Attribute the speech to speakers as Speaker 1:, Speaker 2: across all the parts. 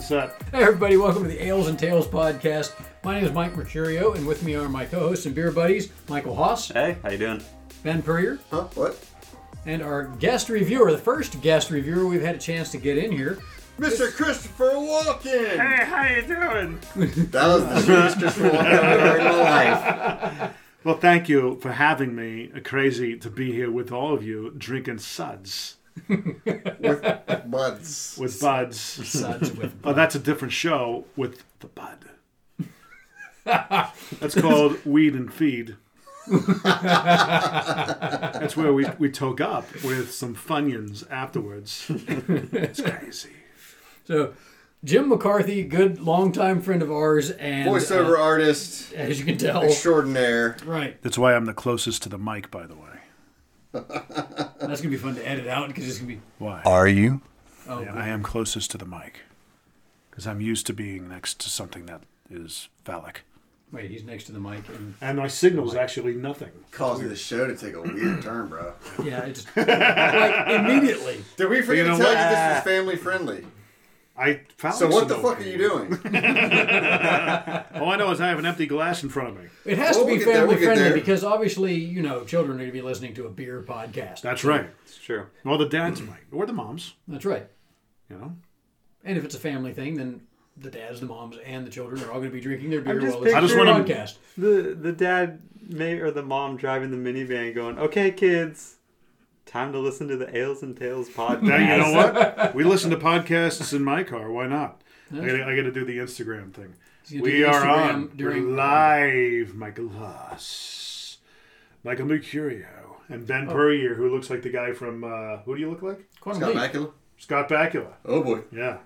Speaker 1: set.
Speaker 2: Hey everybody, welcome to the Ales and Tales podcast. My name is Mike Mercurio, and with me are my co-hosts and beer buddies, Michael Haas,
Speaker 1: Hey, how you doing?
Speaker 2: Ben Purrier,
Speaker 3: Huh? What?
Speaker 2: and our guest reviewer, the first guest reviewer we've had a chance to get in here.
Speaker 3: Mr. Christopher Walken!
Speaker 1: Hey, how you doing?
Speaker 3: That was the sweetest Christopher Walken I've ever heard in my life.
Speaker 4: Well, thank you for having me. Crazy to be here with all of you drinking suds
Speaker 3: With buds.
Speaker 4: with buds.
Speaker 2: Suds with
Speaker 4: Oh, that's a different show with the bud. That's called Weed and Feed. that's where we, we toke up with some Funyuns afterwards. It's crazy.
Speaker 2: so, Jim McCarthy, good longtime friend of ours, and
Speaker 3: Voiceover
Speaker 2: uh,
Speaker 3: artist
Speaker 2: as you can
Speaker 3: Oh.
Speaker 2: tell,
Speaker 3: extraordinaire.
Speaker 2: right?
Speaker 4: That's why I'm the closest to the mic, by the way.
Speaker 2: That's gonna be fun to edit out because it's gonna be
Speaker 4: Why?
Speaker 3: Are you?
Speaker 2: oh,
Speaker 4: Yeah, I am closest to the mic because I'm used to being next to something that is phallic.
Speaker 2: wait, he's next to the mic, and
Speaker 4: And my signal's actually nothing.
Speaker 3: Causing the show to take a weird turn, bro.
Speaker 2: yeah, it's like immediately.
Speaker 3: Did we
Speaker 4: You
Speaker 3: forget
Speaker 4: know
Speaker 3: to tell
Speaker 4: what?
Speaker 3: you this was family friendly?
Speaker 4: I found
Speaker 3: So what the
Speaker 4: some
Speaker 3: fuck are
Speaker 4: opening.
Speaker 3: you doing?
Speaker 4: All I know is I have an empty glass in front of me.
Speaker 2: It has to
Speaker 3: Well, we'll
Speaker 2: be
Speaker 3: get there,
Speaker 2: family
Speaker 3: we'll get
Speaker 2: friendly
Speaker 3: there.
Speaker 2: because obviously, you know, children are going to be listening to a beer podcast.
Speaker 4: That's right.
Speaker 1: It's true.
Speaker 4: Well, the dads might, or the moms.
Speaker 2: That's right.
Speaker 4: You know,
Speaker 2: And if it's a family thing, then the dads, the moms, and the children are all going to be drinking their beer
Speaker 1: just
Speaker 2: while listening to the
Speaker 4: picturing- I just
Speaker 2: podcast.
Speaker 1: The the dad may or the mom driving the minivan going, Okay kids, time to listen to the Ales and Tales podcast.
Speaker 4: now you know what? We listen to podcasts in my car. Why not? I gotta, I gotta do the Instagram thing.
Speaker 2: You do
Speaker 4: We
Speaker 2: the
Speaker 4: are
Speaker 2: Instagram
Speaker 4: on
Speaker 2: during-
Speaker 4: We're live, Michael Haas, Michael Mercurio, and Ben
Speaker 2: Oh.
Speaker 4: Purrier, who looks like the guy from uh, who do you look like?
Speaker 2: Quantum
Speaker 3: Scott
Speaker 2: Leap.
Speaker 3: Bakula?
Speaker 4: Scott Bakula.
Speaker 3: Oh boy.
Speaker 4: Yeah.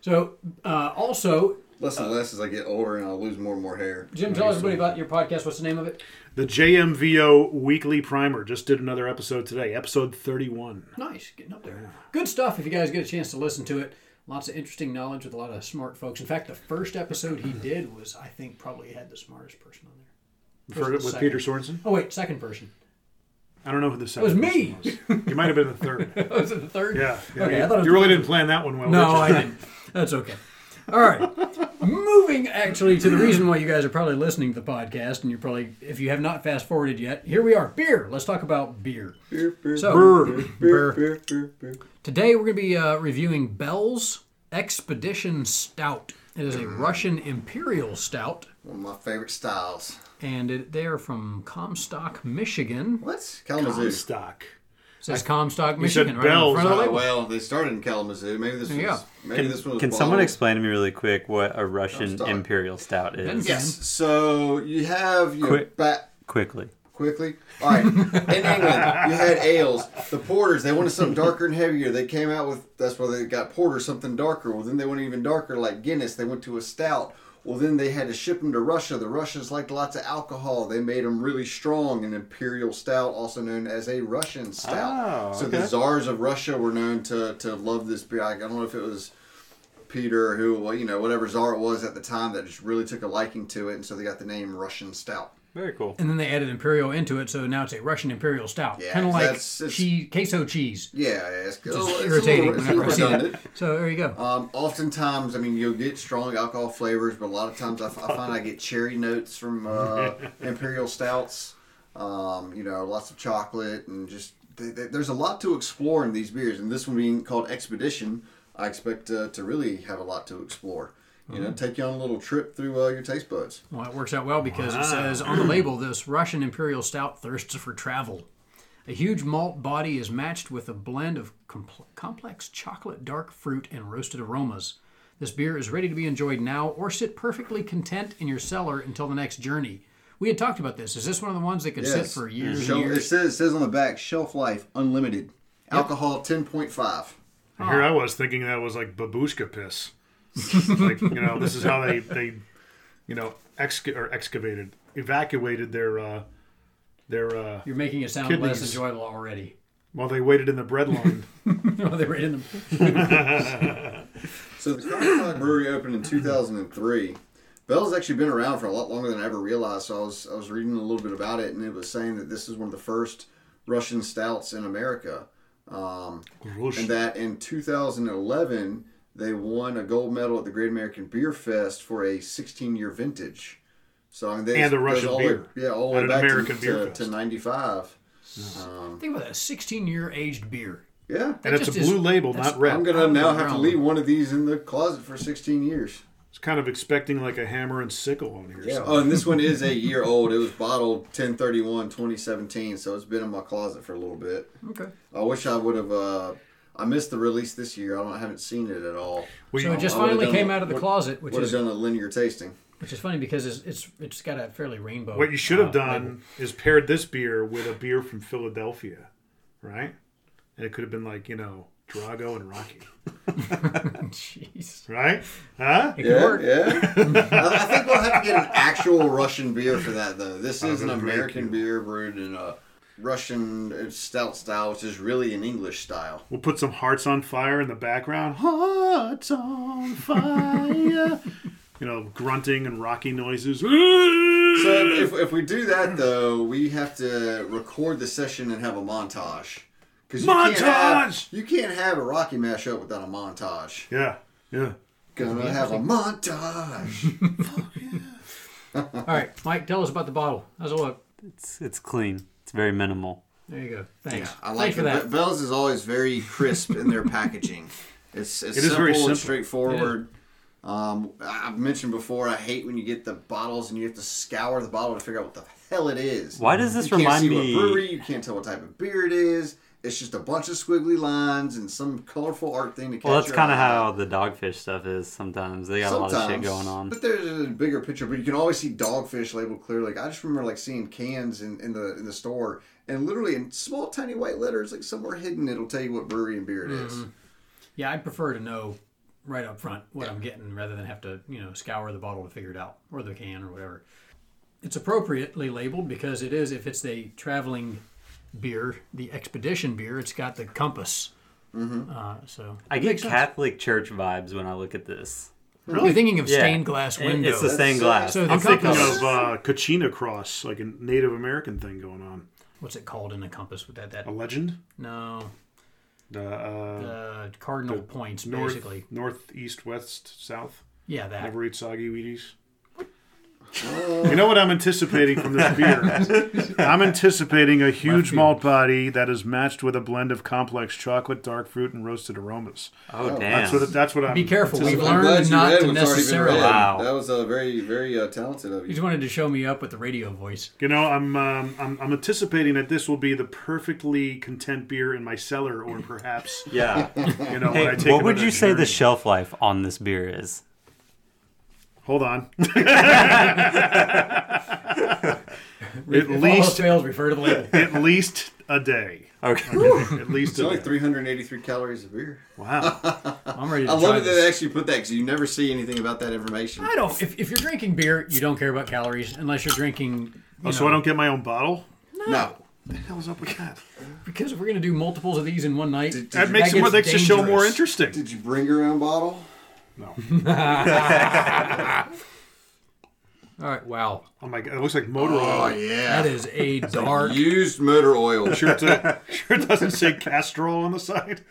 Speaker 2: So, uh, also,
Speaker 3: Less and less as I get older and I'll lose more and more hair.
Speaker 2: Jim, tell everybody about your podcast. What's the name of it?
Speaker 4: The JMVO Weekly Primer just did another episode today, episode 31.
Speaker 2: Nice, getting up there. Good stuff. If you guys get a chance to listen to it, lots of interesting knowledge with a lot of smart folks. In fact, the first episode he did was, I think, probably had the smartest person on there.
Speaker 4: For,
Speaker 2: Just a
Speaker 4: with
Speaker 2: second.
Speaker 4: Peter Sorensen?
Speaker 2: Oh wait, second person.
Speaker 4: I don't know who the
Speaker 2: was
Speaker 4: second person
Speaker 2: me.
Speaker 4: was. You might have been the third.
Speaker 2: Was it the third?
Speaker 4: Yeah. yeah.
Speaker 2: Okay,
Speaker 4: you,
Speaker 2: I thought it was
Speaker 4: you really didn't plan that one well. did
Speaker 2: No,
Speaker 4: you?
Speaker 2: I didn't. That's okay. All right. Moving actually to the reason why you guys are probably listening to the podcast, and you're probably, if you have not fast forwarded yet, here we are. Beer. Let's talk about beer.
Speaker 3: Beer, beer,
Speaker 2: So,
Speaker 4: Brr.
Speaker 2: beer.
Speaker 3: beer, beer, beer.
Speaker 2: today we're going to be uh, reviewing Bell's Expedition Stout. It is a Russian Imperial Stout,
Speaker 3: One of my favorite styles.
Speaker 2: and it, they are from Comstock, Michigan.
Speaker 3: What? Kalamazoo.
Speaker 4: Stock.
Speaker 2: It says Comstock,
Speaker 4: said
Speaker 2: Michigan, right on the
Speaker 4: Bell's,
Speaker 2: front of the
Speaker 3: Oh,
Speaker 2: label.
Speaker 3: well, they started in Kalamazoo. Maybe this was.
Speaker 2: Yeah.
Speaker 3: Maybe
Speaker 1: Can,
Speaker 3: this one was.
Speaker 1: can someone
Speaker 3: bottled.
Speaker 1: explain to me really quick what a Russian
Speaker 3: Stout.
Speaker 1: Imperial Stout is?
Speaker 2: Yeah.
Speaker 3: Yes. So you have your
Speaker 1: Quick.
Speaker 3: back.
Speaker 1: Quickly.
Speaker 3: quickly. All right, in England, you had ales. The porters they wanted something darker and heavier. They came out with that's why they got porter something darker. Well, then they went even darker, like Guinness. They went to a stout. Well, then they had to ship them to Russia. The Russians liked lots of alcohol. They made them really strong. An imperial stout, also known as a Russian stout.
Speaker 1: Oh,
Speaker 3: so the
Speaker 1: okay.
Speaker 3: czars of Russia were known to to love this beer. Like, I don't know if it was. Peter, who well, you know, whatever czar it was at the time, that just really took a liking to it, and so they got the name Russian Stout.
Speaker 1: Very cool.
Speaker 2: And then they added Imperial into it, so now it's a Russian Imperial Stout.
Speaker 3: Yeah,
Speaker 2: kind of like
Speaker 3: that's- it's-
Speaker 2: cheese, queso cheese.
Speaker 3: Yeah, yeah, it's, good.
Speaker 4: Oh,
Speaker 2: It's
Speaker 3: It's a
Speaker 2: irritating
Speaker 3: little- it's a
Speaker 2: whenever I see
Speaker 3: little
Speaker 2: that.
Speaker 3: redundant.
Speaker 2: So there you go.
Speaker 3: Um, oftentimes, I mean, you'll get strong alcohol flavors, but a lot of times I, f- I find I get cherry notes from uh, imperial stouts. Um, you know, lots of chocolate and just th th there's a lot to explore in these beers. And this one being called Expedition, I expect uh, to really have a lot to explore. You
Speaker 2: Mm-hmm.
Speaker 3: know, take you on a little trip through uh, your taste buds.
Speaker 2: Well, it works out well because
Speaker 4: Ah.
Speaker 2: it says on the label, this Russian Imperial Stout thirsts for travel. A huge malt body is matched with a blend of compl- complex chocolate, dark fruit, and roasted aromas. This beer is ready to be enjoyed now or sit perfectly content in your cellar until the next journey. We had talked about this. Is this one of the ones that could sit
Speaker 3: Yes.
Speaker 2: for years
Speaker 3: Shel-
Speaker 2: and
Speaker 3: it
Speaker 2: years?
Speaker 3: says it says on the back, shelf life unlimited, alcohol ten point five.
Speaker 2: Ah.
Speaker 4: And Here I was thinking that was like babushka piss. like you know, this is how they they you know exca- or excavated evacuated their uh their uh
Speaker 2: You're making it sound less
Speaker 4: Kidneys.
Speaker 2: enjoyable already.
Speaker 4: while they waited in the bread line.
Speaker 2: Well, they were in the
Speaker 3: So the Comstock Brewery opened in 2003. Bell's actually been around for a lot longer than I ever realized. So I was I was reading a little bit about it, and it was saying that this is one of the first Russian stouts in America, um,
Speaker 4: Whoosh.
Speaker 3: and that in 2011 They won a gold medal at the Great American Beer Fest for a 16 year vintage. So I mean, they
Speaker 4: And the
Speaker 3: goes
Speaker 4: Russian
Speaker 3: all the way-
Speaker 4: beer.
Speaker 3: yeah, all the way
Speaker 4: At an
Speaker 3: back
Speaker 4: American
Speaker 3: to,
Speaker 4: Beer
Speaker 3: to,
Speaker 4: Fest.
Speaker 3: to 95.
Speaker 2: Think about that. 16 year aged beer.
Speaker 3: Yeah.
Speaker 4: and
Speaker 2: That
Speaker 4: it's a
Speaker 2: just is-
Speaker 4: blue label,
Speaker 2: that's-
Speaker 4: not red.
Speaker 3: I'm gonna
Speaker 2: I'm
Speaker 3: now
Speaker 2: going
Speaker 3: have to
Speaker 2: wrong.
Speaker 3: leave one of these in the closet for 16 years.
Speaker 4: It's kind of expecting like a hammer and sickle on here.
Speaker 3: Yeah.
Speaker 4: so.
Speaker 3: Oh, and this one is a year old. It was bottled 1031 2017, so it's been in my closet for a little bit.
Speaker 2: Okay.
Speaker 3: I wish I would have. Uh, I missed the release this year. I, don't, I haven't seen it at all.
Speaker 4: We-
Speaker 2: So it just
Speaker 3: I would've
Speaker 2: finally
Speaker 3: done
Speaker 2: came
Speaker 3: a-
Speaker 2: out of the
Speaker 3: what-
Speaker 2: closet, which
Speaker 3: Would have
Speaker 2: is
Speaker 3: done a linear tasting.
Speaker 2: which is funny because it's it's, it's got a fairly rainbow.
Speaker 4: what you should have
Speaker 2: uh,
Speaker 4: done
Speaker 2: label.
Speaker 4: is paired this beer with a beer from Philadelphia, right? And it could have been like you know Drago and Rocky,
Speaker 2: Jeez.
Speaker 4: right? Huh?
Speaker 2: It could
Speaker 3: Yeah,
Speaker 2: work.
Speaker 3: yeah. I I think we'll have to get an actual Russian beer for that, though. This is an
Speaker 4: gonna make
Speaker 3: American
Speaker 4: you.
Speaker 3: beer brewed in a Russian uh, stout style, which is really an English style.
Speaker 4: We'll put some hearts on fire in the background. Hearts on fire. you know, grunting and Rocky noises.
Speaker 3: So if, if we do that though, we have to record the session and have a montage. Because you Can't have,
Speaker 4: Montage!
Speaker 3: you can't have a Rocky mashup without a montage.
Speaker 4: yeah, yeah.
Speaker 3: Gonna have a montage.
Speaker 2: All right, Mike, tell us about the bottle. How's it look?
Speaker 1: It's it's clean. It's very minimal.
Speaker 2: There you go. Thanks.
Speaker 3: I like
Speaker 2: Thanks for
Speaker 3: it.
Speaker 2: that.
Speaker 3: Be- Bell's is always very crisp in their packaging. It's, it's
Speaker 4: It is
Speaker 3: simple,
Speaker 4: very simple.
Speaker 3: and straightforward. Um, I- I've mentioned before, I hate when you get the bottles and you have to scour the bottle to figure out what the hell it is.
Speaker 1: Why does this
Speaker 3: you can't
Speaker 1: remind
Speaker 3: see
Speaker 1: me-
Speaker 3: What brewery, you can't tell what type of beer it is. It's just a bunch of squiggly lines and some colorful art thing to catch
Speaker 1: Well, that's
Speaker 3: your
Speaker 1: kind
Speaker 3: eye.
Speaker 1: of how the dogfish stuff is sometimes. They got a lot of shit going on.
Speaker 3: But there's a bigger picture. But you can always see dogfish labeled clearly. Like I just remember like seeing cans in, in the in the store, and literally in small tiny white letters, like somewhere hidden, it'll tell you what brewery and beer it is.
Speaker 2: Yeah, I prefer to know right up front what I'm getting rather than have to, you know, scour the bottle to figure it out or the can or whatever. It's appropriately labeled because it is, if it's a traveling beer, the expedition beer, it's got the compass. Mm-hmm. Uh, so
Speaker 1: I
Speaker 2: it
Speaker 1: get
Speaker 2: makes sense.
Speaker 1: Catholic church vibes when I look at this.
Speaker 2: You're thinking of
Speaker 1: Yeah.
Speaker 2: stained glass
Speaker 1: It-
Speaker 2: window.
Speaker 1: It's the
Speaker 3: That's-
Speaker 1: stained glass.
Speaker 2: so the
Speaker 1: It's the
Speaker 2: compass-
Speaker 1: color.
Speaker 4: Of uh, Kachina Cross, like a Native American thing going on.
Speaker 2: What's it called in the compass with that? That
Speaker 4: A legend.
Speaker 2: no,
Speaker 4: The uh,
Speaker 2: the cardinal points
Speaker 4: north,
Speaker 2: basically.
Speaker 4: north, east, west, south.
Speaker 2: Yeah, that.
Speaker 4: Never eat soggy Wheaties. You know what I'm anticipating from this beer? I'm anticipating a huge malt body that is matched with a blend of complex chocolate, dark fruit, and roasted aromas.
Speaker 1: Oh, damn.
Speaker 4: That's what that's what I'm.
Speaker 2: Be careful. We've
Speaker 4: anticipating.
Speaker 3: I'm glad
Speaker 2: learned
Speaker 3: you
Speaker 2: not
Speaker 3: read
Speaker 2: to
Speaker 3: what's already been
Speaker 2: necessarily.
Speaker 3: read.
Speaker 1: Wow.
Speaker 3: That was a very very uh, talented of
Speaker 2: You
Speaker 3: you.
Speaker 2: just wanted to show me up with the radio voice.
Speaker 4: You know, I'm, um, I'm I'm anticipating that this will be the perfectly content beer in my cellar, or perhaps
Speaker 1: Yeah.
Speaker 4: you know. when I
Speaker 1: hey,
Speaker 4: take
Speaker 1: what
Speaker 4: it
Speaker 1: would
Speaker 4: on a
Speaker 1: you say the
Speaker 4: journey.
Speaker 1: shelf life on this beer is?
Speaker 4: Hold on.
Speaker 2: If
Speaker 4: at
Speaker 2: all else
Speaker 4: least
Speaker 2: fails, refer to the label.
Speaker 4: at least a day.
Speaker 1: Okay.
Speaker 4: At least
Speaker 3: It's
Speaker 4: a
Speaker 3: only
Speaker 4: day.
Speaker 3: 383 calories of beer.
Speaker 4: Wow.
Speaker 2: I'm ready to
Speaker 3: I
Speaker 2: try
Speaker 3: love it that
Speaker 2: this.
Speaker 3: they actually put that because you never see anything about that information.
Speaker 2: I don't. If, if you're drinking beer, you don't care about calories unless you're drinking.
Speaker 4: Oh, so I don't get my own bottle? What
Speaker 3: No.
Speaker 4: the hell is up with that?
Speaker 2: because if we're gonna do multiples of these in one night,
Speaker 3: Did-
Speaker 4: That makes, it more,
Speaker 2: gets
Speaker 4: makes the show more
Speaker 2: dangerous.
Speaker 4: interesting.
Speaker 3: Did you bring your own bottle?
Speaker 4: No.
Speaker 2: All right. Wow,
Speaker 4: Oh my god, it looks like motor
Speaker 3: Oh
Speaker 4: oil.
Speaker 3: yeah.
Speaker 2: that is a dark.
Speaker 3: Used motor oil.
Speaker 4: Sure, to, sure doesn't say Castrol on the side.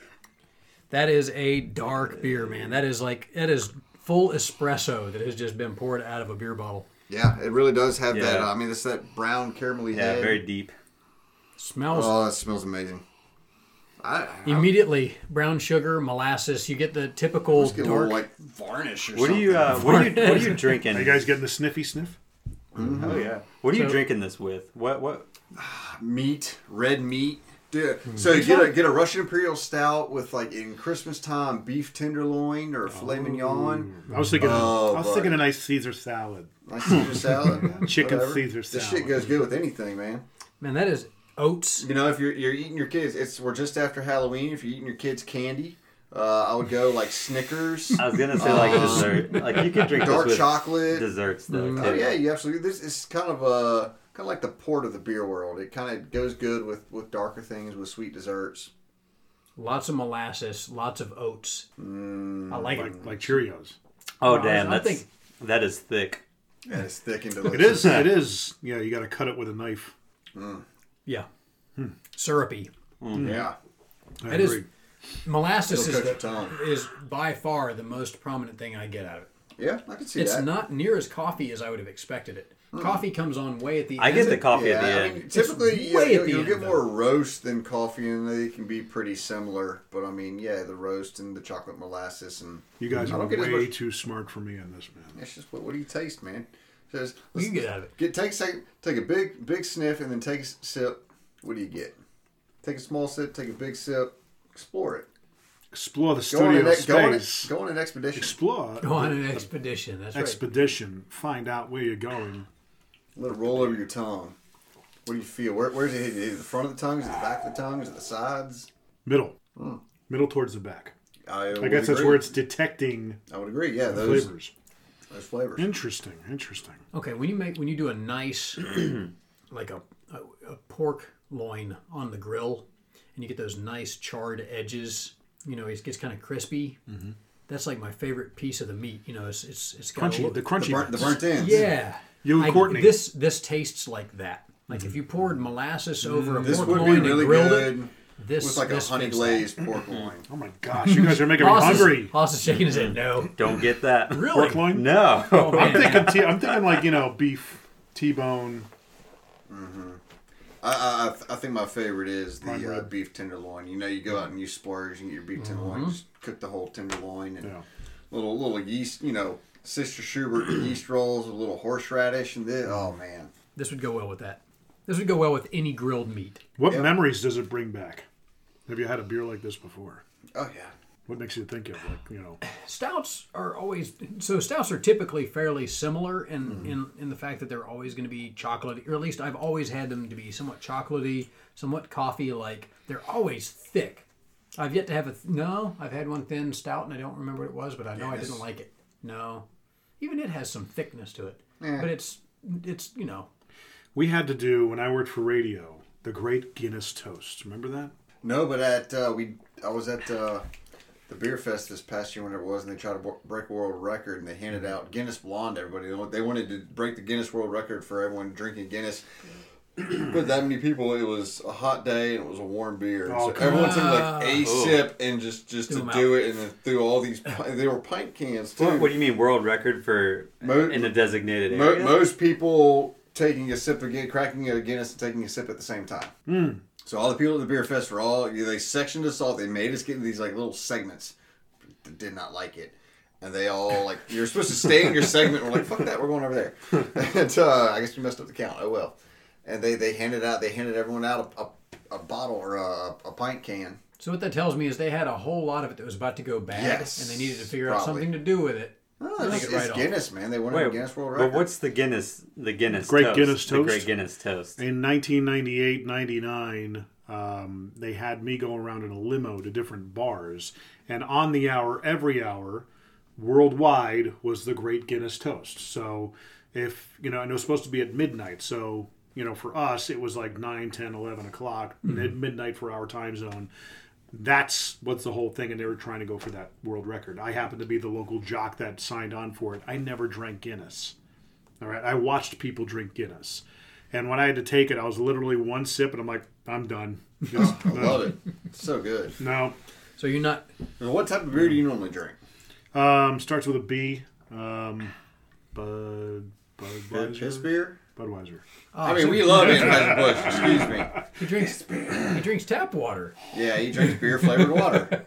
Speaker 2: That is a dark beer, man. That is like it is full espresso that has just been poured out of a beer bottle.
Speaker 3: Yeah, it really does have that. uh,
Speaker 1: Yeah.
Speaker 3: I mean, it's that brown caramelly head.
Speaker 1: deep.
Speaker 2: Smells
Speaker 3: Oh, that smells amazing. I, I
Speaker 2: immediately brown sugar, molasses. You get the typical
Speaker 3: get a little
Speaker 2: dark.
Speaker 3: like varnish or
Speaker 1: What are
Speaker 3: something.
Speaker 1: you? Uh, what are you? What are you drinking?
Speaker 4: Are you guys getting the sniffy sniff?
Speaker 1: Oh yeah. What are you
Speaker 2: So-
Speaker 1: drinking this with? What? What?
Speaker 3: meat, red meat. Dude, so you get a get a Russian Imperial Stout with like in Christmas time beef tenderloin or filet mignon,
Speaker 4: I was thinking.
Speaker 3: Oh,
Speaker 4: I was
Speaker 3: buddy.
Speaker 4: thinking a nice Caesar salad.
Speaker 3: nice Caesar salad, man.
Speaker 4: Chicken
Speaker 3: Whatever.
Speaker 4: Caesar
Speaker 3: This
Speaker 4: salad.
Speaker 3: shit goes good with anything, man.
Speaker 2: Man, that is oats.
Speaker 3: You know, if you're you're eating your kids, it's we're just after Halloween. If you're eating your kids candy, uh, I would go like Snickers.
Speaker 1: I was gonna say like dessert. Like you could drink
Speaker 3: Oh. Dark
Speaker 1: this with
Speaker 3: chocolate.
Speaker 1: desserts though.
Speaker 3: Oh
Speaker 1: too.
Speaker 3: yeah, you absolutely. This is kind of a kind of like the port of the beer world. It kind of goes good with with darker things, with sweet desserts.
Speaker 2: Lots of molasses, lots of oats.
Speaker 3: Mm,
Speaker 2: I like it.
Speaker 4: Like, like Cheerios.
Speaker 1: Oh
Speaker 2: I
Speaker 1: damn,
Speaker 2: was- I
Speaker 1: that's that is thick.
Speaker 3: And it's thick and delicious.
Speaker 4: It is. It is. Yeah, you got to cut it with a knife.
Speaker 2: Yeah. Hmm. Syrupy.
Speaker 3: Yeah.
Speaker 2: Mm-hmm.
Speaker 4: I
Speaker 2: It is.
Speaker 4: agree.
Speaker 2: molasses is,
Speaker 3: It'll coat
Speaker 2: the,
Speaker 3: your
Speaker 2: is by far the most prominent thing I get out of it.
Speaker 3: Yeah, I Hmm. can see
Speaker 2: It's
Speaker 3: that.
Speaker 2: not near as coffee as I would have expected it. Coffee comes on way at the
Speaker 1: I
Speaker 2: end.
Speaker 1: get the coffee at the
Speaker 3: I
Speaker 1: end.
Speaker 3: mean, typically, yeah,
Speaker 2: way at
Speaker 3: you'll,
Speaker 2: the
Speaker 3: you'll
Speaker 2: end,
Speaker 3: get
Speaker 2: though.
Speaker 3: more roast than coffee, and they can be pretty similar. But I mean, yeah, the roast and the chocolate molasses, and
Speaker 4: You guys
Speaker 3: I
Speaker 4: are
Speaker 3: don't get as
Speaker 4: way
Speaker 3: much-
Speaker 4: too smart for me on this, man.
Speaker 3: it's just what, what do you taste, man? It says
Speaker 2: You can get out of it.
Speaker 3: get take a sec- take a big big sniff, and then take a s- sip. What do you get? Take a small sip, take a big sip, explore it.
Speaker 4: Explore the
Speaker 3: Go on,
Speaker 4: studio
Speaker 3: an, ex- go, on an,
Speaker 4: space.
Speaker 3: go on an expedition.
Speaker 4: Explore
Speaker 2: Go on an expedition. That's right.
Speaker 4: expedition. Find out where you're going.
Speaker 3: Let it roll over your tongue. What do you feel? Where, where's it hitting? Is it the front of the tongue? Is it the back of the tongue? Is it the sides?
Speaker 4: Middle,
Speaker 3: Hmm.
Speaker 4: middle towards the back.
Speaker 3: I,
Speaker 4: I guess that's where it's detecting
Speaker 3: I would agree. Yeah, those flavors.
Speaker 4: flavors.
Speaker 3: those flavors.
Speaker 4: Interesting. Interesting.
Speaker 2: Okay, when you make when you do a nice like a, a a pork loin on the grill, and you get those nice charred edges, you know, it gets kind of crispy. Mm-hmm. That's like my favorite piece of the meat. You know, it's it's it's got a
Speaker 4: Crunchy.
Speaker 2: little-
Speaker 4: The crunchy.
Speaker 3: The burnt, the
Speaker 4: bits.
Speaker 3: burnt ends.
Speaker 2: Yeah.
Speaker 4: You and
Speaker 2: I-
Speaker 4: Courtney. Mm-hmm.
Speaker 2: This this tastes like that. Like if you poured molasses over a
Speaker 3: Mm, This
Speaker 2: pork
Speaker 3: would
Speaker 2: loin
Speaker 3: be really
Speaker 2: and grilled
Speaker 3: good
Speaker 2: it, this
Speaker 3: with like a
Speaker 2: this
Speaker 3: honey
Speaker 2: fits that.
Speaker 3: glazed pork loin.
Speaker 4: oh my gosh, you guys are making me
Speaker 2: Hoss is-
Speaker 4: hungry.
Speaker 2: Hoss is shaking his head. No.
Speaker 1: Don't get that.
Speaker 2: Really?
Speaker 4: Pork loin.
Speaker 1: No.
Speaker 2: Oh,
Speaker 4: I'm
Speaker 2: man.
Speaker 4: thinking. T- I'm thinking like you know beef, T-bone.
Speaker 3: I, I, I think my favorite is
Speaker 4: Prime
Speaker 3: the uh,
Speaker 4: rib. Mm-hmm.
Speaker 3: beef tenderloin. You know, you go out and you splurge and get your beef tenderloin, just cook the whole tenderloin and
Speaker 4: Yeah.
Speaker 3: little little yeast. You know, Sister Schubert yeast rolls with a little horseradish and this. Oh man,
Speaker 2: This would go well with that. This would go well with any grilled meat.
Speaker 4: What memories does it bring back? Have you had a beer like this before?
Speaker 3: oh yeah.
Speaker 4: What makes you think of like you know?
Speaker 2: Stouts are always so. Stouts are typically fairly similar in
Speaker 3: Mm-hmm.
Speaker 2: in, in the fact that they're always going to be chocolatey, or at least I've always had them to be somewhat chocolatey, somewhat coffee like. They're always thick. I've yet to have a th- no. I've had one thin stout, and I don't remember what it was, but I know I
Speaker 3: Guinness.
Speaker 2: didn't like it. No, even it has some thickness to it, but it's it's you know
Speaker 4: We had to do when I worked for radio the Great Guinness Toast. Remember that?
Speaker 3: No, but at uh, we I was at uh, the beer fest this past year when it was, and they tried to bo- break a world record, and they handed out Guinness Blonde. to Everybody They wa- they wanted to break the Guinness World Record for everyone drinking Guinness. But that many people, it was a hot day and it was a warm beer.
Speaker 4: Oh,
Speaker 3: so
Speaker 4: come
Speaker 3: everyone took like a
Speaker 1: Ooh.
Speaker 3: sip and just just
Speaker 2: Threw
Speaker 3: to
Speaker 2: 'em
Speaker 3: do it, and then threw all these. pi- They were pint cans too.
Speaker 1: What, what do you mean world record for
Speaker 3: Mo-
Speaker 1: in a designated
Speaker 3: Mo-
Speaker 1: area?
Speaker 3: most people taking a sip again, cracking a Guinness and taking a sip at the same time. So all the people at the beer fest were all they sectioned us off. They made us get in these like little segments. Did not like it, and they all like you're supposed to stay in your segment. We're like fuck that, we're going over there. and uh, I guess we messed up the count. Oh well. And they they handed out they handed everyone out a, a, a bottle or a, a pint can.
Speaker 2: So what that tells me is they had a whole lot of it that was about to go bad,
Speaker 3: Yes,
Speaker 2: and they needed to figure out
Speaker 3: probably.
Speaker 2: something to do with it.
Speaker 3: Oh,
Speaker 2: Take
Speaker 3: it's,
Speaker 2: it right
Speaker 3: it's
Speaker 2: off.
Speaker 3: Guinness, man. They wanted
Speaker 1: Wait,
Speaker 3: a Guinness World Record.
Speaker 1: but what's the Guinness? The Guinness.
Speaker 4: Great
Speaker 1: toast,
Speaker 4: Guinness
Speaker 1: The Great
Speaker 4: toast?
Speaker 1: Guinness toast.
Speaker 4: In 1998, 99, um, they had me go around in a limo to different bars, and on the hour, every hour, worldwide was the Great Guinness Toast. So, if you know, and it was supposed to be at midnight. So, you know, for us, it was like 9, 10, 11 o'clock, mid midnight for our time zone. That's what's the whole thing, and they were trying to go for that world record. I happened to be the local jock that signed on for it. I never drank Guinness. All right. I watched people drink Guinness. And when I had to take it, I was literally one sip and I'm like, I'm done. Just-
Speaker 3: I love it. It's so good.
Speaker 4: no.
Speaker 2: So you're not
Speaker 3: And what type of beer do you normally drink?
Speaker 4: Um, starts with a B. Um, Bud,
Speaker 3: Piss
Speaker 4: Budweiser.
Speaker 3: beer.
Speaker 4: Budweiser.
Speaker 3: I mean, we love Anheuser Busch. Excuse me.
Speaker 2: he drinks he drinks tap water.
Speaker 3: Yeah, he drinks beer flavored water.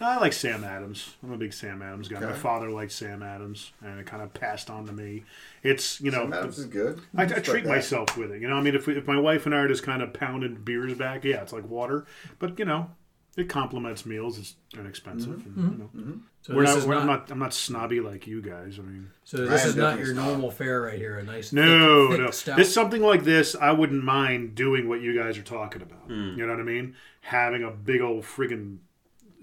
Speaker 4: I like Sam Adams. I'm a big Sam Adams guy. My
Speaker 3: Okay.
Speaker 4: father liked Sam Adams, and it kind of passed on to me. It's you know,
Speaker 3: Adams is good.
Speaker 4: I, I
Speaker 3: Stuff
Speaker 4: treat
Speaker 3: that.
Speaker 4: myself with it. You know, I mean, if, we, if my wife and I are just kind of pounding beers back, yeah, it's like water. But you know, it complements meals. It's inexpensive.
Speaker 3: Mm-hmm.
Speaker 4: And, you know,
Speaker 2: So
Speaker 4: we're
Speaker 2: this
Speaker 4: not,
Speaker 2: is
Speaker 4: we're,
Speaker 2: not,
Speaker 4: I'm not. I'm not snobby like you guys. I mean,
Speaker 2: so this
Speaker 3: I am
Speaker 2: is not
Speaker 3: definitely
Speaker 2: your
Speaker 3: snob.
Speaker 2: normal fare right here. A nice thick-
Speaker 4: no,
Speaker 2: thick,
Speaker 4: no.
Speaker 2: stout.
Speaker 4: This something like this, I wouldn't mind doing what you guys are talking about.
Speaker 3: Hmm.
Speaker 4: You know what I mean? Having a big old friggin'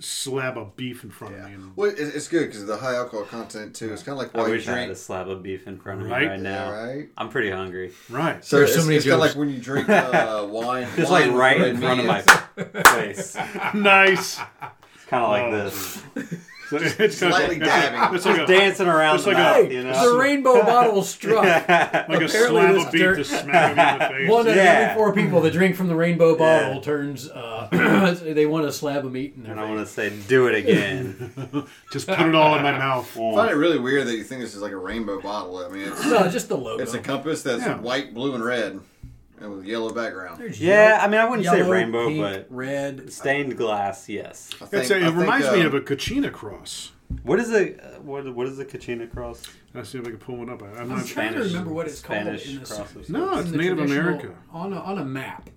Speaker 4: slab of beef in front of me. And,
Speaker 3: Well, it- it's good because the high alcohol content too. It's kind of like
Speaker 1: I
Speaker 3: why you
Speaker 1: wish I had a
Speaker 3: drink.
Speaker 1: slab of beef in front of me
Speaker 4: Right?
Speaker 1: right now.
Speaker 3: Yeah, right?
Speaker 1: I'm pretty hungry.
Speaker 4: right.
Speaker 3: So
Speaker 2: There's
Speaker 3: it's,
Speaker 2: so many
Speaker 3: it's kind of
Speaker 2: jokes.
Speaker 3: like when you drink uh, wine.
Speaker 1: Just
Speaker 3: wine
Speaker 1: like
Speaker 3: with
Speaker 1: right
Speaker 3: red
Speaker 1: in front of
Speaker 3: meat.
Speaker 4: Oh.
Speaker 1: my face. kind of like
Speaker 4: nice.
Speaker 1: this.
Speaker 4: So it's kind
Speaker 3: Slightly
Speaker 4: of like,
Speaker 3: dabbing.
Speaker 4: it's like a,
Speaker 1: dancing around
Speaker 4: It's
Speaker 1: the
Speaker 4: like a-
Speaker 1: mouth,
Speaker 2: Hey,
Speaker 1: you
Speaker 2: the
Speaker 1: know.
Speaker 2: rainbow bottle struck.
Speaker 4: like a
Speaker 2: Apparently
Speaker 4: slab
Speaker 2: this
Speaker 4: of beef
Speaker 2: dirt-
Speaker 4: to smack him in the face.
Speaker 2: One out of
Speaker 1: Yeah.
Speaker 2: every four people that drink from the rainbow
Speaker 1: Yeah.
Speaker 2: bottle turns. Uh, they want a slab of meat in their
Speaker 1: And I want
Speaker 2: face.
Speaker 1: to say, do it again.
Speaker 4: Just put it all in my mouth.
Speaker 3: I find it really weird that you think this is like a rainbow bottle. I mean, it's,
Speaker 2: No, just the logo.
Speaker 3: it's a compass that's
Speaker 4: Yeah.
Speaker 3: white, blue, and red, and with yellow background.
Speaker 2: There's
Speaker 1: Yeah,
Speaker 2: yellow-
Speaker 1: I mean, I wouldn't say
Speaker 2: yellow,
Speaker 1: rainbow,
Speaker 2: pink,
Speaker 1: but-
Speaker 2: red.
Speaker 1: Stained glass, yes.
Speaker 3: I think,
Speaker 4: It's a,
Speaker 3: I
Speaker 4: it
Speaker 3: think,
Speaker 4: reminds me
Speaker 3: uh,
Speaker 4: of a Kachina cross.
Speaker 1: What is a uh, what, what is a kachina cross?
Speaker 4: Let's see if I can pull one up. I- I'm
Speaker 2: I'm
Speaker 4: not
Speaker 2: trying to remember what it's called
Speaker 1: Spanish
Speaker 2: in this.
Speaker 1: cross of
Speaker 4: No,
Speaker 1: sorts.
Speaker 4: it's
Speaker 2: in the
Speaker 4: Native
Speaker 2: traditional-
Speaker 4: America.
Speaker 2: on a, on a map.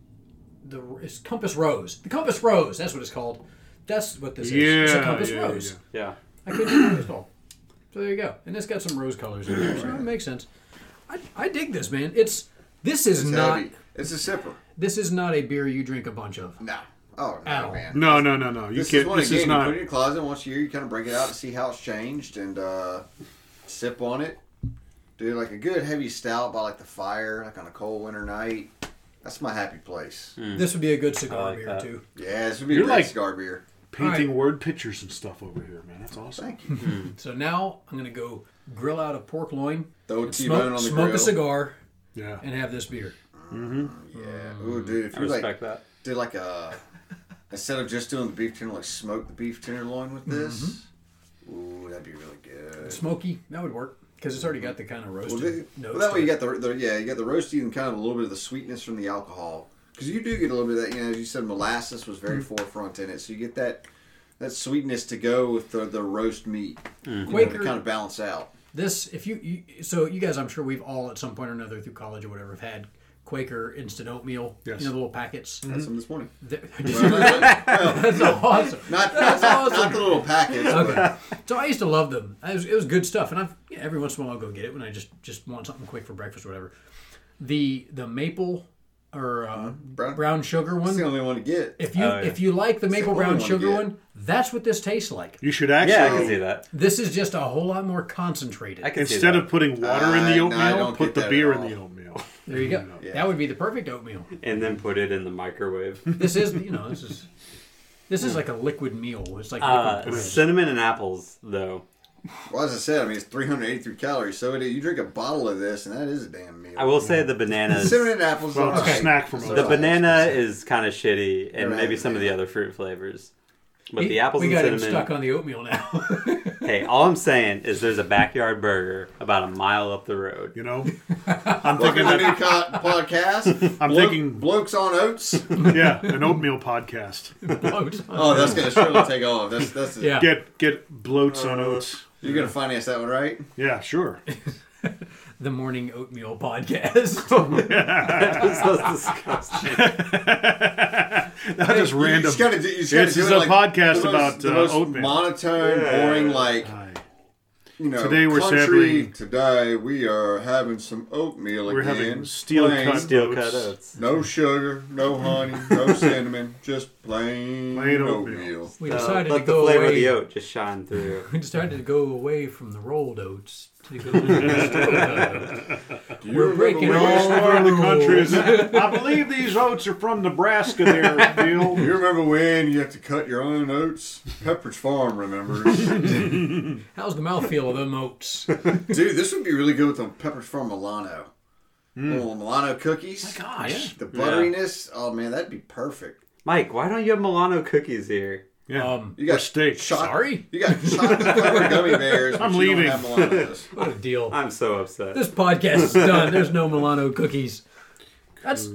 Speaker 2: The it's compass rose. The compass rose. That's what it's called. That's what this is. It's a
Speaker 4: Yeah,
Speaker 2: compass
Speaker 4: yeah,
Speaker 2: rose.
Speaker 4: yeah.
Speaker 1: Yeah.
Speaker 2: I couldn't remember what it's called. So there you go. And it's got some rose colors in there, so it makes sense. I, I dig this, man. It's this is
Speaker 3: it's
Speaker 2: not
Speaker 3: heavy. It's a sipper.
Speaker 2: this is not a beer you drink a bunch of.
Speaker 3: No. Oh no,
Speaker 2: Ow.
Speaker 3: man.
Speaker 4: No, no, no, no. You
Speaker 3: This is
Speaker 4: can't.
Speaker 3: one
Speaker 4: This
Speaker 3: again.
Speaker 4: is
Speaker 3: You
Speaker 4: not.
Speaker 3: put it in your closet once a year. You kind of break it out to see how it's changed and uh, sip on it. Do like a good heavy stout by like the fire, like on a cold winter night. That's my happy place.
Speaker 1: Hmm.
Speaker 2: This would be a good cigar
Speaker 1: I like
Speaker 2: beer
Speaker 1: that.
Speaker 2: too.
Speaker 3: Yeah, this would be
Speaker 4: You're
Speaker 3: a great
Speaker 4: like-
Speaker 3: cigar beer.
Speaker 4: painting
Speaker 2: Alright.
Speaker 4: word pictures and stuff over here, man. That's awesome.
Speaker 3: Thank you.
Speaker 1: Hmm.
Speaker 2: So now I'm gonna go grill out a pork loin,
Speaker 3: Throw T
Speaker 2: smoke,
Speaker 3: bone on the
Speaker 2: smoke
Speaker 3: grill.
Speaker 2: a cigar,
Speaker 4: Yeah.
Speaker 2: and have this beer.
Speaker 3: Yeah. Ooh, dude, if
Speaker 1: I
Speaker 3: you
Speaker 1: respect
Speaker 3: like
Speaker 1: that.
Speaker 3: did like a instead of just doing the beef tenderloin, like smoke the beef tenderloin with
Speaker 2: Mm-hmm.
Speaker 3: this. Ooh, that'd be really good.
Speaker 2: Smoky, that would work because it's already got the kind of roasted
Speaker 3: Well, they-
Speaker 2: notes.
Speaker 3: well, that way
Speaker 2: to
Speaker 3: you
Speaker 2: it.
Speaker 3: got the, the yeah you got the roasty and kind of a little bit of the sweetness from the alcohol because you do get a little bit of that you know as you said molasses was
Speaker 4: Mm.
Speaker 3: very forefront in it so you get that that sweetness to go with the, the roast meat
Speaker 4: Mm.
Speaker 2: Quaker-
Speaker 3: kind of balance out
Speaker 2: This, if you, you, so you guys, I'm sure we've all at some point or another through college or whatever have had Quaker instant oatmeal.
Speaker 4: Yes.
Speaker 2: You know the little packets.
Speaker 3: had
Speaker 4: Mm-hmm.
Speaker 3: some this morning
Speaker 2: They're-
Speaker 3: Mm. Well,
Speaker 2: That's awesome.
Speaker 3: not, not, not,
Speaker 2: awesome.
Speaker 3: the little packets but
Speaker 2: Okay. So I used to love them. I was, it was good stuff, and I've yeah, every once in a while I'll go get it when I just just want something quick for breakfast or whatever. The the maple or uh, brown.
Speaker 3: Uh-huh. Brown-
Speaker 2: sugar one.
Speaker 3: it's the only one to get
Speaker 2: if you
Speaker 1: Oh, yeah.
Speaker 2: if you like the maple
Speaker 3: only
Speaker 2: brown
Speaker 3: one to
Speaker 2: sugar
Speaker 3: get.
Speaker 2: one, that's what this tastes like.
Speaker 4: You should actually.
Speaker 1: Yeah, I can see that.
Speaker 2: This is just a whole lot more concentrated.
Speaker 1: I can see
Speaker 4: Instead
Speaker 1: that.
Speaker 4: of putting water in
Speaker 3: I-
Speaker 4: the
Speaker 3: no, I
Speaker 4: oatmeal,
Speaker 3: don't
Speaker 4: put
Speaker 3: get
Speaker 4: the
Speaker 3: that
Speaker 4: beer
Speaker 3: at
Speaker 4: in the
Speaker 3: all.
Speaker 4: oatmeal.
Speaker 2: there you go.
Speaker 1: Mm-hmm.
Speaker 3: Yeah.
Speaker 2: That would be the perfect oatmeal.
Speaker 1: and then put it in the microwave.
Speaker 2: This is you know this is this is like a liquid meal. It's like
Speaker 1: Uh,
Speaker 2: liquid bread.
Speaker 1: cinnamon and apples, though.
Speaker 3: well as I said I mean it's 383 calories so it, you drink a bottle of this and that is a damn meal
Speaker 1: I will say the bananas.
Speaker 3: cinnamon and apples
Speaker 4: Well, it's a
Speaker 3: alright.
Speaker 4: snack for
Speaker 3: It's
Speaker 4: most
Speaker 1: The
Speaker 4: Oh,
Speaker 3: alright.
Speaker 1: banana is kind of shitty, and
Speaker 3: Right,
Speaker 1: maybe some of the
Speaker 3: yeah.
Speaker 1: other fruit flavors. But
Speaker 2: We-
Speaker 1: the apples
Speaker 2: we
Speaker 1: and
Speaker 2: got
Speaker 1: cinnamon.
Speaker 2: him stuck on the oatmeal now.
Speaker 1: Hey, all I'm saying is there's a backyard burger about a mile up the road.
Speaker 4: You know, I'm
Speaker 3: Welcome
Speaker 4: thinking
Speaker 3: to the
Speaker 4: that.
Speaker 3: new co- podcast.
Speaker 4: I'm
Speaker 3: Bloke-
Speaker 4: thinking-
Speaker 3: blokes on oats.
Speaker 4: Yeah, an oatmeal podcast.
Speaker 2: Bloat.
Speaker 3: Oh, that's gonna surely take off. That's that's
Speaker 2: yeah.
Speaker 4: Get get bloats
Speaker 3: Uh.
Speaker 4: on oats.
Speaker 3: You're gonna finance that one, right?
Speaker 4: Yeah, sure.
Speaker 2: the morning oatmeal podcast.
Speaker 1: That's disgusting.
Speaker 4: I just
Speaker 3: You
Speaker 4: random.
Speaker 3: just gotta do, you just gotta
Speaker 4: This
Speaker 3: do
Speaker 4: is
Speaker 3: it
Speaker 4: a
Speaker 3: like
Speaker 4: podcast
Speaker 3: the most-
Speaker 4: about,
Speaker 3: the
Speaker 4: uh,
Speaker 3: most
Speaker 4: oatmeal.
Speaker 3: monotone, boring, like
Speaker 4: Aye.
Speaker 3: you know.
Speaker 4: Today we're
Speaker 3: country,
Speaker 4: sampling-
Speaker 3: Today we are having some oatmeal
Speaker 4: We're
Speaker 3: again.
Speaker 4: having steel
Speaker 3: plain.
Speaker 4: cut.
Speaker 1: Steel cut oats.
Speaker 3: No sugar, no honey, no cinnamon, just plain,
Speaker 4: Plain oatmeal.
Speaker 3: oatmeal.
Speaker 2: we
Speaker 1: Uh,
Speaker 2: decided to
Speaker 1: let the
Speaker 2: go
Speaker 1: flavor of
Speaker 2: away.
Speaker 1: the oat just shine through.
Speaker 2: we decided to go away from the rolled oats to go to the steel
Speaker 3: Do you
Speaker 2: We're
Speaker 3: remember
Speaker 2: breaking
Speaker 3: when
Speaker 2: all-
Speaker 3: we-
Speaker 4: All over the country. is-
Speaker 2: Rules.
Speaker 4: I believe these oats are from Nebraska. There, Bill.
Speaker 3: You remember when you have to cut your own oats? Pepperidge Farm remembers.
Speaker 2: How's the mouthfeel of them oats?
Speaker 3: Dude, this would be really good with the peppers from Milano.
Speaker 4: Hmm.
Speaker 3: Little Milano cookies.
Speaker 2: Gosh.
Speaker 3: The butteriness. Oh man, that'd be perfect.
Speaker 1: Mike, why don't you have Milano cookies here?
Speaker 4: Yeah.
Speaker 2: Um,
Speaker 3: You
Speaker 4: or
Speaker 3: got
Speaker 4: steak.
Speaker 3: choc-
Speaker 2: sorry?
Speaker 3: You got chocolate covered gummy bears. but
Speaker 4: I'm
Speaker 3: you
Speaker 4: leaving.
Speaker 3: Don't have Milanos.
Speaker 2: What a deal.
Speaker 1: I'm so upset.
Speaker 2: This podcast is done. There's no Milano cookies. That's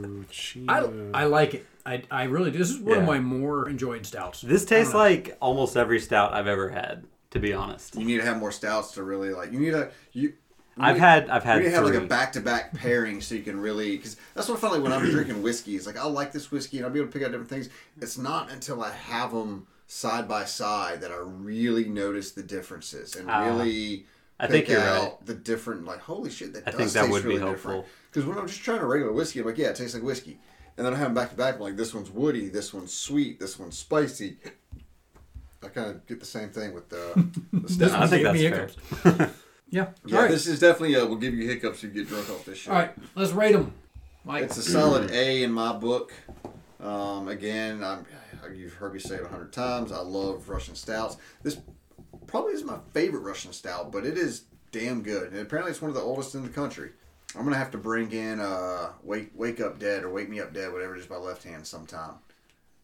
Speaker 2: I, I like it. I, I really do. This is one of
Speaker 1: Yeah.
Speaker 2: my more enjoyed stouts.
Speaker 1: This tastes like almost every stout I've ever had, to be honest.
Speaker 3: you need to have more stouts to really like. You need a you. Mm, we
Speaker 1: I've
Speaker 3: need-
Speaker 1: had I've
Speaker 3: You
Speaker 1: had
Speaker 3: need to have like a
Speaker 1: three.
Speaker 3: back to back pairing so you can really because that's what I find like when I'm drinking whiskeys. Like I like this whiskey and I'll be able to pick out different things. It's not until I have them side by side that I really notice the differences and really
Speaker 1: Ah, I think you're right.
Speaker 3: the different like holy shit that
Speaker 1: I
Speaker 3: does
Speaker 1: think that
Speaker 3: taste
Speaker 1: would be
Speaker 3: really
Speaker 1: helpful.
Speaker 3: different. Because when I'm just trying a regular whiskey, I'm like yeah, it tastes like whiskey. And then I have them back to back. I'm like this one's woody, this one's sweet, this one's spicy. I kind of get the same thing with the, the stout.
Speaker 1: I think
Speaker 2: Give
Speaker 1: that's
Speaker 2: me
Speaker 1: fair.
Speaker 2: Yeah.
Speaker 3: Yeah,
Speaker 2: All right.
Speaker 3: this is definitely a, will give you hiccups if you get drunk off this shit.
Speaker 2: All right. Let's rate them. Mike.
Speaker 3: It's a solid A in my book. Um, again, I'm, you've heard me say it a hundred times. I love Russian stouts. This probably isn't my favorite Russian stout, but it is damn good. And apparently, it's one of the oldest in the country. I'm gonna have to bring in uh, "Wake Wake Up Dead" or "Wake Me Up Dead," whatever it is by Left Hand sometime.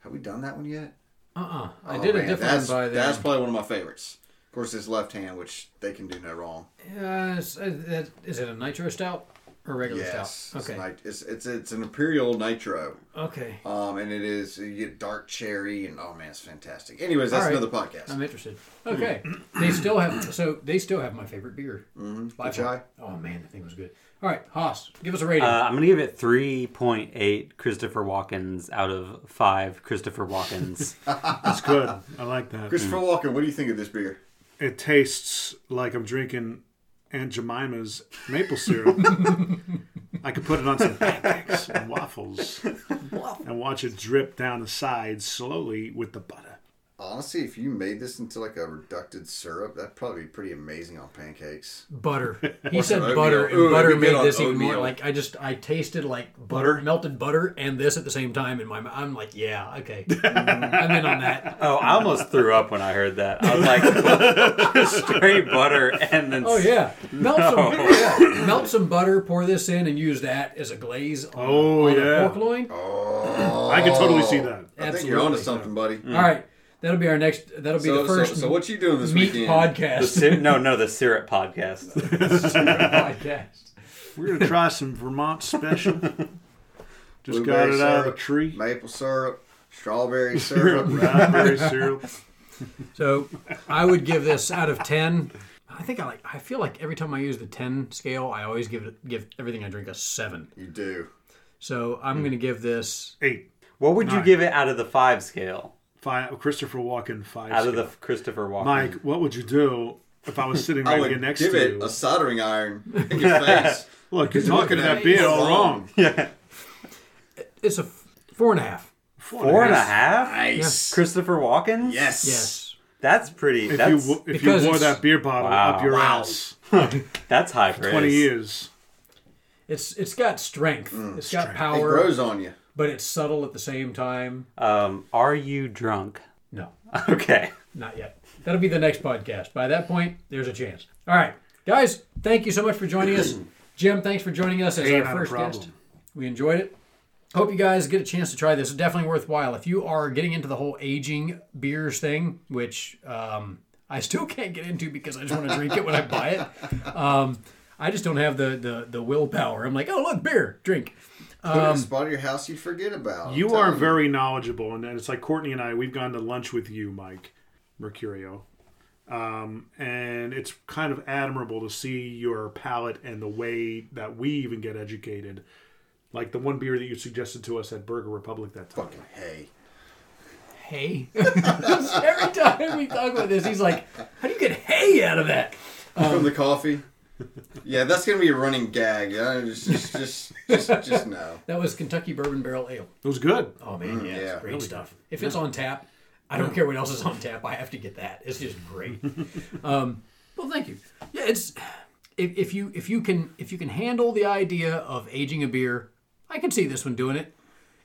Speaker 3: Have we done that one yet?
Speaker 2: Uh-uh. I
Speaker 3: Oh,
Speaker 2: did a
Speaker 3: man,
Speaker 2: different
Speaker 3: that's,
Speaker 2: one by
Speaker 3: That's
Speaker 2: then.
Speaker 3: probably one of my favorites. Of course, it's Left Hand, which they can do no wrong.
Speaker 2: Uh, is, is that- is it a nitro stout or regular
Speaker 3: Yes,
Speaker 2: stout? Okay.
Speaker 3: It's, nit- it's it's it's an Imperial Nitro,
Speaker 2: okay.
Speaker 3: um, and it is you get dark cherry and oh man, it's fantastic. Anyways, that's
Speaker 2: All right.
Speaker 3: another podcast.
Speaker 2: I'm interested.
Speaker 3: Hmm.
Speaker 2: Okay. they still have so they still have my favorite beer. Mm-hmm. By
Speaker 3: Which
Speaker 2: far. Oh man, that thing was good. All right, Haas, give us a rating.
Speaker 1: Uh, I'm gonna give it 3.8 Christopher Walkens out of five Christopher Walkens.
Speaker 4: It's good. I like that.
Speaker 3: Christopher Walken, what do you think of this beer?
Speaker 4: It tastes like I'm drinking Aunt Jemima's maple syrup. I could put it on some pancakes and waffles and watch it drip down the sides slowly with the butter.
Speaker 3: Honestly, if you made this into like a reducted syrup, that'd probably be pretty amazing on pancakes.
Speaker 2: butter. He said
Speaker 3: oatmeal.
Speaker 2: butter, and
Speaker 3: Ooh,
Speaker 2: butter
Speaker 3: it'd be good
Speaker 2: made
Speaker 3: on
Speaker 2: this even more.
Speaker 3: oatmeal.
Speaker 2: Like I just I tasted like butter, melted butter, and this at the same time in my mouth. I'm like, yeah, okay,
Speaker 3: Mm-hmm.
Speaker 2: I'm in on that.
Speaker 1: oh, I almost threw up when I heard that. I was like, straight butter and then.
Speaker 2: Oh yeah, melt
Speaker 1: No.
Speaker 2: some melt some butter, pour this in, and use that as a glaze on,
Speaker 4: Oh,
Speaker 2: on
Speaker 4: yeah.
Speaker 2: a pork loin.
Speaker 4: I could totally see that.
Speaker 3: Oh.
Speaker 4: Hmm.
Speaker 3: I think you're onto
Speaker 2: Absolutely.
Speaker 3: something, buddy.
Speaker 2: All right, that'll be our next. That'll be
Speaker 3: So,
Speaker 2: the
Speaker 3: so,
Speaker 2: first
Speaker 3: so what you doing this
Speaker 2: meat
Speaker 3: weekend?
Speaker 1: The
Speaker 2: podcast.
Speaker 1: sy- no, no, the syrup podcast.
Speaker 2: podcast.
Speaker 4: We're gonna try some Vermont special. Just
Speaker 3: Blueberry
Speaker 4: got it out of
Speaker 3: syrup,
Speaker 4: the tree.
Speaker 3: Maple syrup, strawberry syrup.
Speaker 4: Raspberry syrup.
Speaker 2: So I would give this out of ten. I think I like. I feel like every time I use the ten scale, I always give it give everything I drink a seven.
Speaker 3: you do.
Speaker 2: So I'm going to give this.
Speaker 4: Eight.
Speaker 1: What would you give it out of the five scale?
Speaker 4: Five. Christopher Walken. Five.
Speaker 1: Out of
Speaker 4: scale.
Speaker 1: the Christopher Walken.
Speaker 4: Mike, what would you do if I was sitting
Speaker 3: I
Speaker 4: right
Speaker 3: would
Speaker 4: here next
Speaker 3: give
Speaker 4: to
Speaker 3: it
Speaker 4: you?
Speaker 3: a soldering iron in your face.
Speaker 4: Look, you're talking
Speaker 3: Look
Speaker 4: at
Speaker 3: at
Speaker 4: that beer all
Speaker 3: Wrong.
Speaker 4: wrong.
Speaker 2: It's a f- four and a half.
Speaker 1: Four and a half?
Speaker 3: Nice.
Speaker 1: Christopher Walkens?
Speaker 3: Yes.
Speaker 2: Yes.
Speaker 1: That's pretty.
Speaker 4: If you
Speaker 1: that's,
Speaker 4: wo- if you
Speaker 2: because
Speaker 4: wore
Speaker 2: it's-
Speaker 4: that beer bottle
Speaker 1: Wow.
Speaker 4: up your
Speaker 3: Wow.
Speaker 4: ass,
Speaker 1: that's high praise.
Speaker 4: twenty years.
Speaker 2: It's it's got strength. it's got
Speaker 3: Mm, It
Speaker 2: power,
Speaker 3: grows on you.
Speaker 2: but it's subtle at the same time.
Speaker 1: Um, are you drunk?
Speaker 2: No,
Speaker 1: Okay.
Speaker 2: not yet. That'll be the next podcast. By that point, there's a chance. All right, guys, thank you so much for joining us. Jim, thanks for joining us as
Speaker 4: Hey,
Speaker 2: our
Speaker 4: not a
Speaker 2: first
Speaker 4: problem.
Speaker 2: guest. We enjoyed it. Hope you guys get a chance to try this. It's definitely worthwhile. If you are getting into the whole aging beers thing, which um, I still can't get into because I just want to drink it when I buy it. Um, I just don't have the, the the willpower. I'm like, oh look, beer, drink.
Speaker 3: Put it in a spot of your house you forget about. I'm
Speaker 4: Um, You are
Speaker 3: telling
Speaker 4: very knowledgeable, and it's like Courtney and I. We've gone to lunch with you, Mike Mercurio, um, and it's kind of admirable to see your palate and the way that we even get educated. Like the one beer that you suggested to us at Burger Republic that time.
Speaker 3: Fucking hey.
Speaker 2: Hey, every time we talk about this, he's like, how do you get hay out of that?
Speaker 4: um,
Speaker 3: From the coffee. Yeah, that's gonna be a running gag. Yeah, just, just, just, just, just no.
Speaker 2: That was Kentucky Bourbon Barrel Ale.
Speaker 4: It was good.
Speaker 2: Oh man, yeah,
Speaker 3: yeah.
Speaker 2: it's great stuff. If it's on tap, I don't care what else is on tap. I have to get that. It's just great. um, well, thank you. Yeah, it's if, if you if you can if you can handle the idea of aging a beer, I can see this one doing it.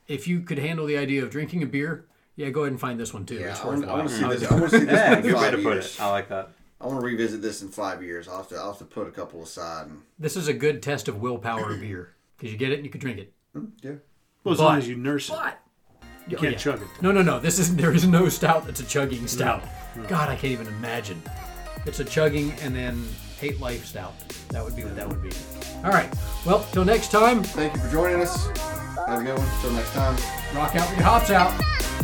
Speaker 2: If you could handle the idea of drinking a beer, yeah, go ahead and find this one too.
Speaker 3: Yeah,
Speaker 2: it's
Speaker 3: I want, I
Speaker 2: worthwhile.
Speaker 3: want to see this. I want to see this.
Speaker 1: Yeah,
Speaker 3: in
Speaker 1: good way
Speaker 3: five
Speaker 1: to put
Speaker 3: years.
Speaker 1: it. I like that.
Speaker 3: I want to revisit this in five years. I'll have to, I'll have to put a couple aside. And,
Speaker 2: This is a good test of willpower beer because you get it and you can drink it.
Speaker 3: yeah.
Speaker 4: Well, as long as you nurse it,
Speaker 2: But
Speaker 4: you can't
Speaker 2: yeah.
Speaker 4: chug it.
Speaker 2: No, no, no. This is there is no stout that's a chugging stout. God, I can't even imagine. It's a chugging and then hate life stout. That would be what that would be. All right. Well, till next time,
Speaker 3: Thank you for joining us. Have a good one. Till next time.
Speaker 2: rock out with your hops out.
Speaker 5: Bye.